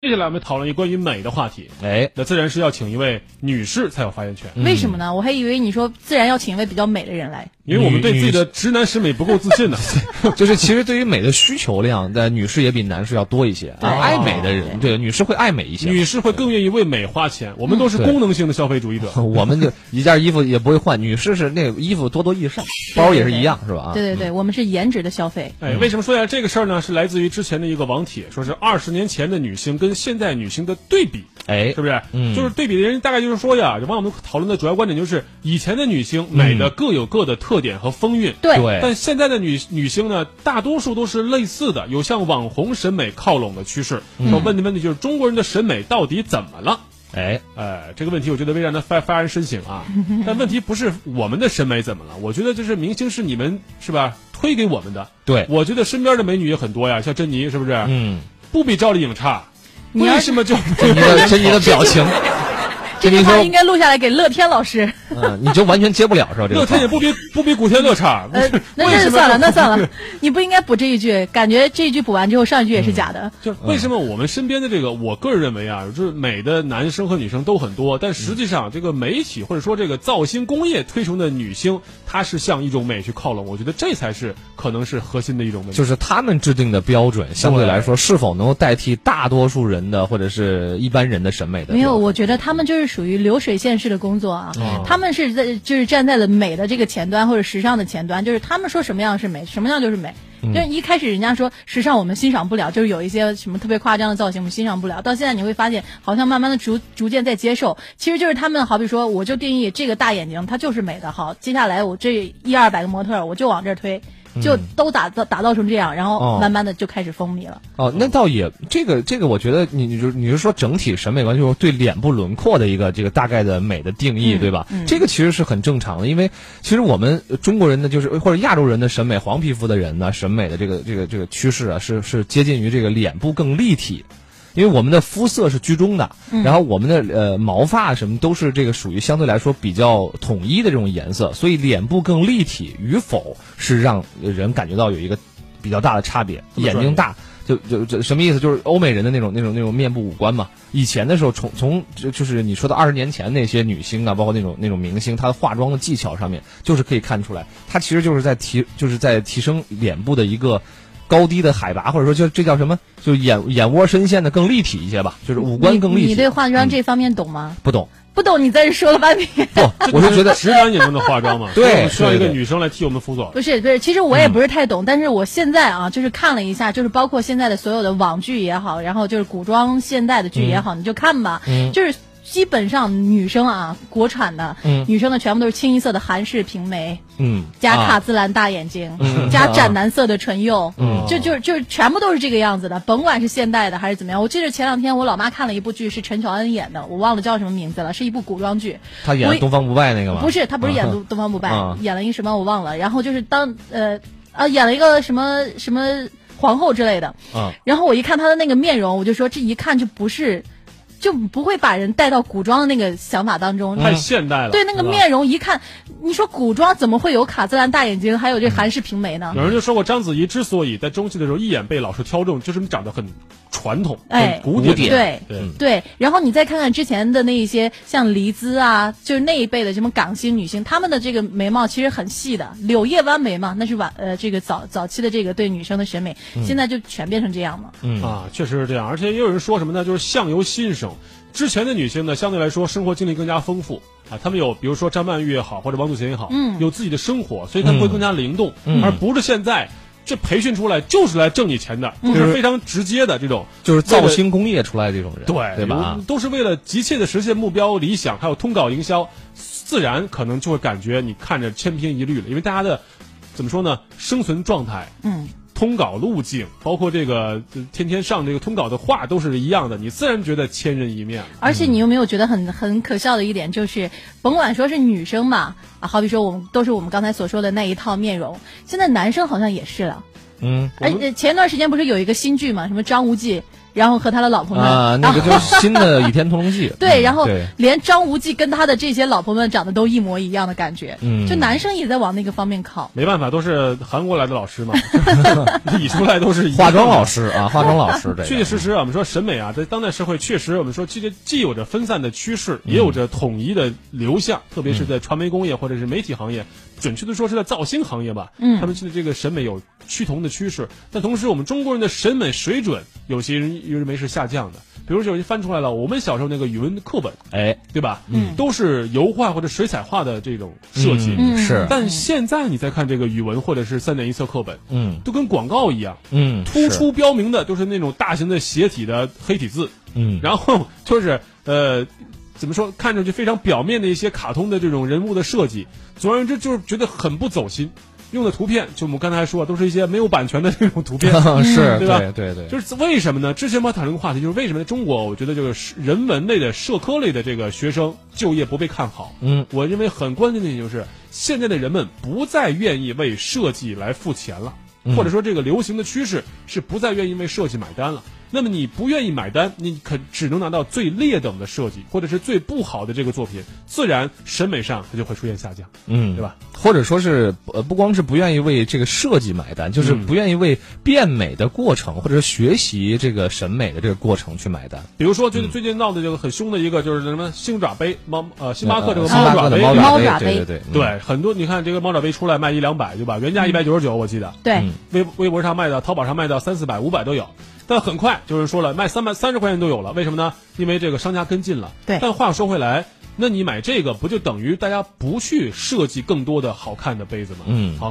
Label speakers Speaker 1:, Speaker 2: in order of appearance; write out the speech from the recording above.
Speaker 1: 接下来我们讨论一个关于美的话题，
Speaker 2: 哎，
Speaker 1: 那自然是要请一位女士才有发言权，
Speaker 3: 为什么呢？我还以为你说自然要请一位比较美的人来。
Speaker 1: 因为我们对自己的
Speaker 2: 女
Speaker 1: 直男审美不够自信呢。
Speaker 2: 就是其实对于美的需求量， 在女士也比男士要多一些啊。
Speaker 3: 对
Speaker 2: 爱美的人，对女士会爱美一些。
Speaker 1: 女士会更愿意为美花钱，我们都是
Speaker 2: 嗯对嗯
Speaker 1: 功能性的消费主义者。
Speaker 2: 我们就一件衣服也不会换，女士是那个衣服多多益善，包也是一样，是吧？啊
Speaker 3: 对对
Speaker 1: 嗯
Speaker 3: 对，我们是颜值的消费。
Speaker 1: 哎，为什么说起来这个事儿呢？是来自于之前的一个网帖，说是二十年前的女星跟现在女星的对比，
Speaker 2: 哎
Speaker 1: 是，不是？
Speaker 2: 嗯
Speaker 1: 就是对比的人大概就是说呀，网友们讨论的主要观点就是，以前的女
Speaker 2: 嗯
Speaker 1: 星美的各有各的特点和风韵，
Speaker 3: 对
Speaker 2: 对
Speaker 1: 但现在的女女星呢，大多数都是类似的，有向网红审美靠拢的趋势。
Speaker 2: 嗯
Speaker 1: 那、问的问题就是中国人的审美到底怎么了？
Speaker 2: 哎，
Speaker 1: 呃，这个问题我觉得为让他发发人深省 啊。但问题不是我们的审美怎么了，我觉得就是明星是你们是吧推给我们的。
Speaker 2: 对，
Speaker 1: 我觉得身边的美女也很多呀，像珍妮是不是？
Speaker 2: 嗯，
Speaker 1: 不比赵丽颖差。
Speaker 3: 你要
Speaker 1: 为
Speaker 3: 是
Speaker 1: 什么就
Speaker 2: 你的 这你的 表情，
Speaker 3: 这
Speaker 2: 这
Speaker 3: 句
Speaker 2: 你
Speaker 3: 话
Speaker 2: 说
Speaker 3: 应，该录下来给乐天老师。
Speaker 2: 嗯，你就完全接不了是吧？这个
Speaker 1: 乐天也不比不比古天乐差？
Speaker 3: 呃，那
Speaker 1: 为
Speaker 3: 那
Speaker 1: 什么
Speaker 3: 算了，那算了，你不应该补这一句，感觉这一句补完之后，上一句
Speaker 1: 嗯
Speaker 3: 也是假的。
Speaker 1: 就是为什么我们身边的这个，我个人认为啊，就是美的男生和女生都很多，但实际上这个媒体或者说这个造星工业推崇的女星，她是向一种美去靠拢，我觉得这才是可能是核心的一种问题。
Speaker 2: 就是他们制定的标准，相对来说是否能够代替大多数人的或者是一般人的审美的？
Speaker 3: 没有，我觉得他们就是属于流水线式的工作啊，
Speaker 2: 哦
Speaker 3: 他们是在就是站在了美的这个前端或者时尚的前端，就是他们说什么样是美，什么样就是美。
Speaker 2: 嗯
Speaker 3: 就是一开始人家说时尚我们欣赏不了，就是有一些什么特别夸张的造型我们欣赏不了，到现在你会发现好像慢慢的逐逐渐在接受，其实就是他们好比说我就定义这个大眼睛它就是美的，好，接下来我这一二百个模特儿我就往这儿推。就都打造打造成这样，
Speaker 2: 嗯
Speaker 3: 然
Speaker 2: 哦
Speaker 3: 后慢慢的就开始风靡了。
Speaker 2: 哦，那倒也，这个这个，我觉得你你就你是说整体审美观，就是对脸部轮廓的一个这个大概的美的定义，对吧？这个其实是很正常的，因为其实我们呃中国人的就是或者亚洲人的审美，黄皮肤的人呢，审美的这个这个这个趋势啊，是是接近于这个脸部更立体。因为我们的肤色是居中的，然后我们的呃毛发什么都是这个属于相对来说比较统一的这种颜色，所以脸部更立体与否是让人感觉到有一个比较大的差别。
Speaker 1: 这么专业
Speaker 2: 眼睛大就就就什么意思？就是欧美人的那种那种那种面部五官嘛。以前的时候，从从就就是你说的二十年前那些女星啊，包括那种那种明星，她的化妆的技巧上面，就是可以看出来，她其实就是在提就是在提升脸部的一个。高低的海拔，或者说就这叫什么？就眼眼窝深陷的更立体一些吧，就是五官更立
Speaker 3: 你
Speaker 2: 体。嗯
Speaker 3: 你对化妆这方面懂吗？
Speaker 2: 不 懂？
Speaker 3: 不懂，你在这说了半天。
Speaker 2: 不，我是觉 得
Speaker 1: 直男眼中的化妆嘛，
Speaker 2: 对
Speaker 1: 所以我们需要一个
Speaker 2: 对对
Speaker 1: 女生来替我们辅佐。
Speaker 3: 不是不是，其实我也不是
Speaker 2: 嗯
Speaker 3: 太懂，但是我现在啊，就是看了一下，就是包括现在的所有的网剧也好，然后就是古装现代的
Speaker 2: 嗯
Speaker 3: 剧也好，你就看吧，就是。基本上女生啊，国产的、
Speaker 2: 嗯
Speaker 3: 女生的全部都是清一色的韩式平眉，
Speaker 2: 嗯，
Speaker 3: 加
Speaker 2: 啊嗯
Speaker 3: 卡姿兰大眼睛， 加斩男色的唇釉，
Speaker 1: 嗯
Speaker 3: 就就就全部都是这个样子的，甭管是现代的还是怎么样。我记得前两天我老妈看了一部剧，是陈乔恩演的，我忘了叫什么名字了，是一部古装剧。
Speaker 2: 他演
Speaker 3: 我
Speaker 2: 《东方不败》那个吗？
Speaker 3: 不是，他不是演东东方不败
Speaker 2: 啊，
Speaker 3: 演了一个什么我忘了。然后就是当呃啊，演了一个什么什么皇后之类的。
Speaker 2: 啊，
Speaker 3: 然后我一看他的那个面容，我就说这一看就不是，就不会把人带到古装的那个想法当中。
Speaker 1: 太现代了，
Speaker 3: 对那个
Speaker 1: 是吧。
Speaker 2: 嗯
Speaker 3: 面容一看，你说古装怎么会有卡姿兰大眼睛，还
Speaker 2: 嗯
Speaker 3: 有这韩式平眉呢？
Speaker 1: 有人就说过，章子怡之所以在中戏的时候一眼被老师挑中，就是你长得很传统、很
Speaker 3: 哎
Speaker 1: 古典。
Speaker 2: 古典
Speaker 3: 对
Speaker 1: 对，
Speaker 3: 对，然后你再看看之前的那一些像黎姿啊，就是那一辈的什么港星女星，她们的这个眉毛其实很细的，柳叶弯眉嘛，那是晚呃这个早早期的这个对女生的审美，现在就全变成这样了。
Speaker 2: 嗯
Speaker 1: 啊，确实是这样。而且也有人说什么呢？就是相由心生。之前的女性呢，相对来说生活经历更加丰富啊，她们有比如说张曼玉也好，或者王祖贤也好，
Speaker 3: 嗯
Speaker 1: 有自己的生活，所以她们会更加灵动，
Speaker 2: 嗯
Speaker 1: 而不是现在这培训出来就是来挣你钱的，
Speaker 2: 嗯
Speaker 1: 就是非常直接的这种。
Speaker 2: 就是造星工业出来的这种人，
Speaker 1: 对，
Speaker 2: 对吧？
Speaker 1: 都是为了急切的实现目标、理想，还有通稿营销，自然可能就会感觉你看着千篇一律了，因为大家的怎么说呢，生存状态
Speaker 3: 嗯，
Speaker 1: 通稿路径，包括这个呃天天上这个通稿的话都是一样的，你自然觉得千人一面了。
Speaker 3: 而且你有没有觉得很很可笑的一点，就是甭管说是女生嘛，啊，好比说我们都是我们刚才所说的那一套面容，现在男生好像也是了。哎呃
Speaker 2: 嗯，
Speaker 3: 而且前段时间不是有一个新剧嘛，什么张无忌，然后和他的老婆们，
Speaker 2: 啊，那个就是新的《倚天屠龙记》嗯。
Speaker 3: 对，然后
Speaker 2: 对
Speaker 3: 连张无忌跟他的这些老婆们长得都一模一样的感觉，
Speaker 2: 嗯
Speaker 3: 就男生也在往那个方面靠。
Speaker 1: 没办法，都是韩国来的老师 嘛， 理出来都是一样的
Speaker 2: 化妆老。师啊，化妆老 师这
Speaker 1: 确
Speaker 2: 个
Speaker 1: 确实实啊，我们说审美啊，在当代社会确实，我们说既既有着分散的趋势，
Speaker 2: 嗯
Speaker 1: 也有着统一的流向，特别是在传媒工业或者是媒体行业，准确的说是在造星行业吧，
Speaker 3: 嗯
Speaker 1: 他们的这个审美有趋同的趋势，但同时我们中国人的审美水准有些人有人没是下降的，比如说有些翻出来了，我们小时候那个语文课本，
Speaker 2: 哎，
Speaker 1: 对吧？
Speaker 3: 嗯
Speaker 1: 都是油画或者水彩画的这种设计，
Speaker 2: 嗯是
Speaker 1: 但现在你再看这个语文或者是三点一册课本，
Speaker 2: 嗯
Speaker 1: 都跟广告一样，
Speaker 2: 嗯，
Speaker 1: 突
Speaker 2: 是，
Speaker 1: 出标明的都是那种大型的斜体的黑体字，
Speaker 2: 嗯，
Speaker 1: 然后就是呃，怎么说，看上去非常表面的一些卡通的这种人物的设计，总而言之就是觉得很不走心。用的图片，就我们刚才说，都是一些没有版权的这种图 片，
Speaker 2: 是，
Speaker 1: 对吧
Speaker 2: 对对对，
Speaker 1: 就是为什么呢？之前我们讨论过话题，就是为什么在中国，我觉得这个人文类的、社科类的这个学生就业不被看好。
Speaker 2: 嗯，
Speaker 1: 我认为很关键的一点就是，现在的人们不再愿意为设计来付钱了，
Speaker 2: 嗯
Speaker 1: 或者说这个流行的趋势是不再愿意为设计买单了。那么你不愿意买单，你可只能拿到最劣等的设计，或者是最不好的这个作品，自然审美上它就会出现下降，
Speaker 2: 嗯，
Speaker 1: 对？吧？
Speaker 2: 或者说是呃，不光是不愿意为这个设计买单，就是
Speaker 1: 嗯
Speaker 2: 不愿意为变美的过程，或者是学习这个审美的这个过程去买单。
Speaker 1: 比如说，
Speaker 2: 嗯
Speaker 1: 最近最近闹的这个很凶的一个就是什么星爪杯猫呃星巴克这个
Speaker 2: 呃星
Speaker 1: 猫
Speaker 2: 巴
Speaker 1: 爪
Speaker 2: 克的
Speaker 1: 杯，
Speaker 2: 猫
Speaker 3: 猫
Speaker 2: 爪
Speaker 3: 爪
Speaker 2: 杯，对
Speaker 3: 杯
Speaker 2: 对对，嗯
Speaker 1: 对，很多你看这个猫爪杯出来卖一两百，对吧？原价一百九十九，我记得，
Speaker 3: 对，
Speaker 2: 嗯
Speaker 1: 微微博上卖的，淘宝上卖的三四百、五百都有。但很快就是说了，卖三百三十块钱都有了，为什么呢？因为这个商家跟进了。
Speaker 3: 对
Speaker 1: 但话说回来，那你买这个不就等于大家不去设计更多的好看的杯子吗？
Speaker 2: 嗯
Speaker 1: 好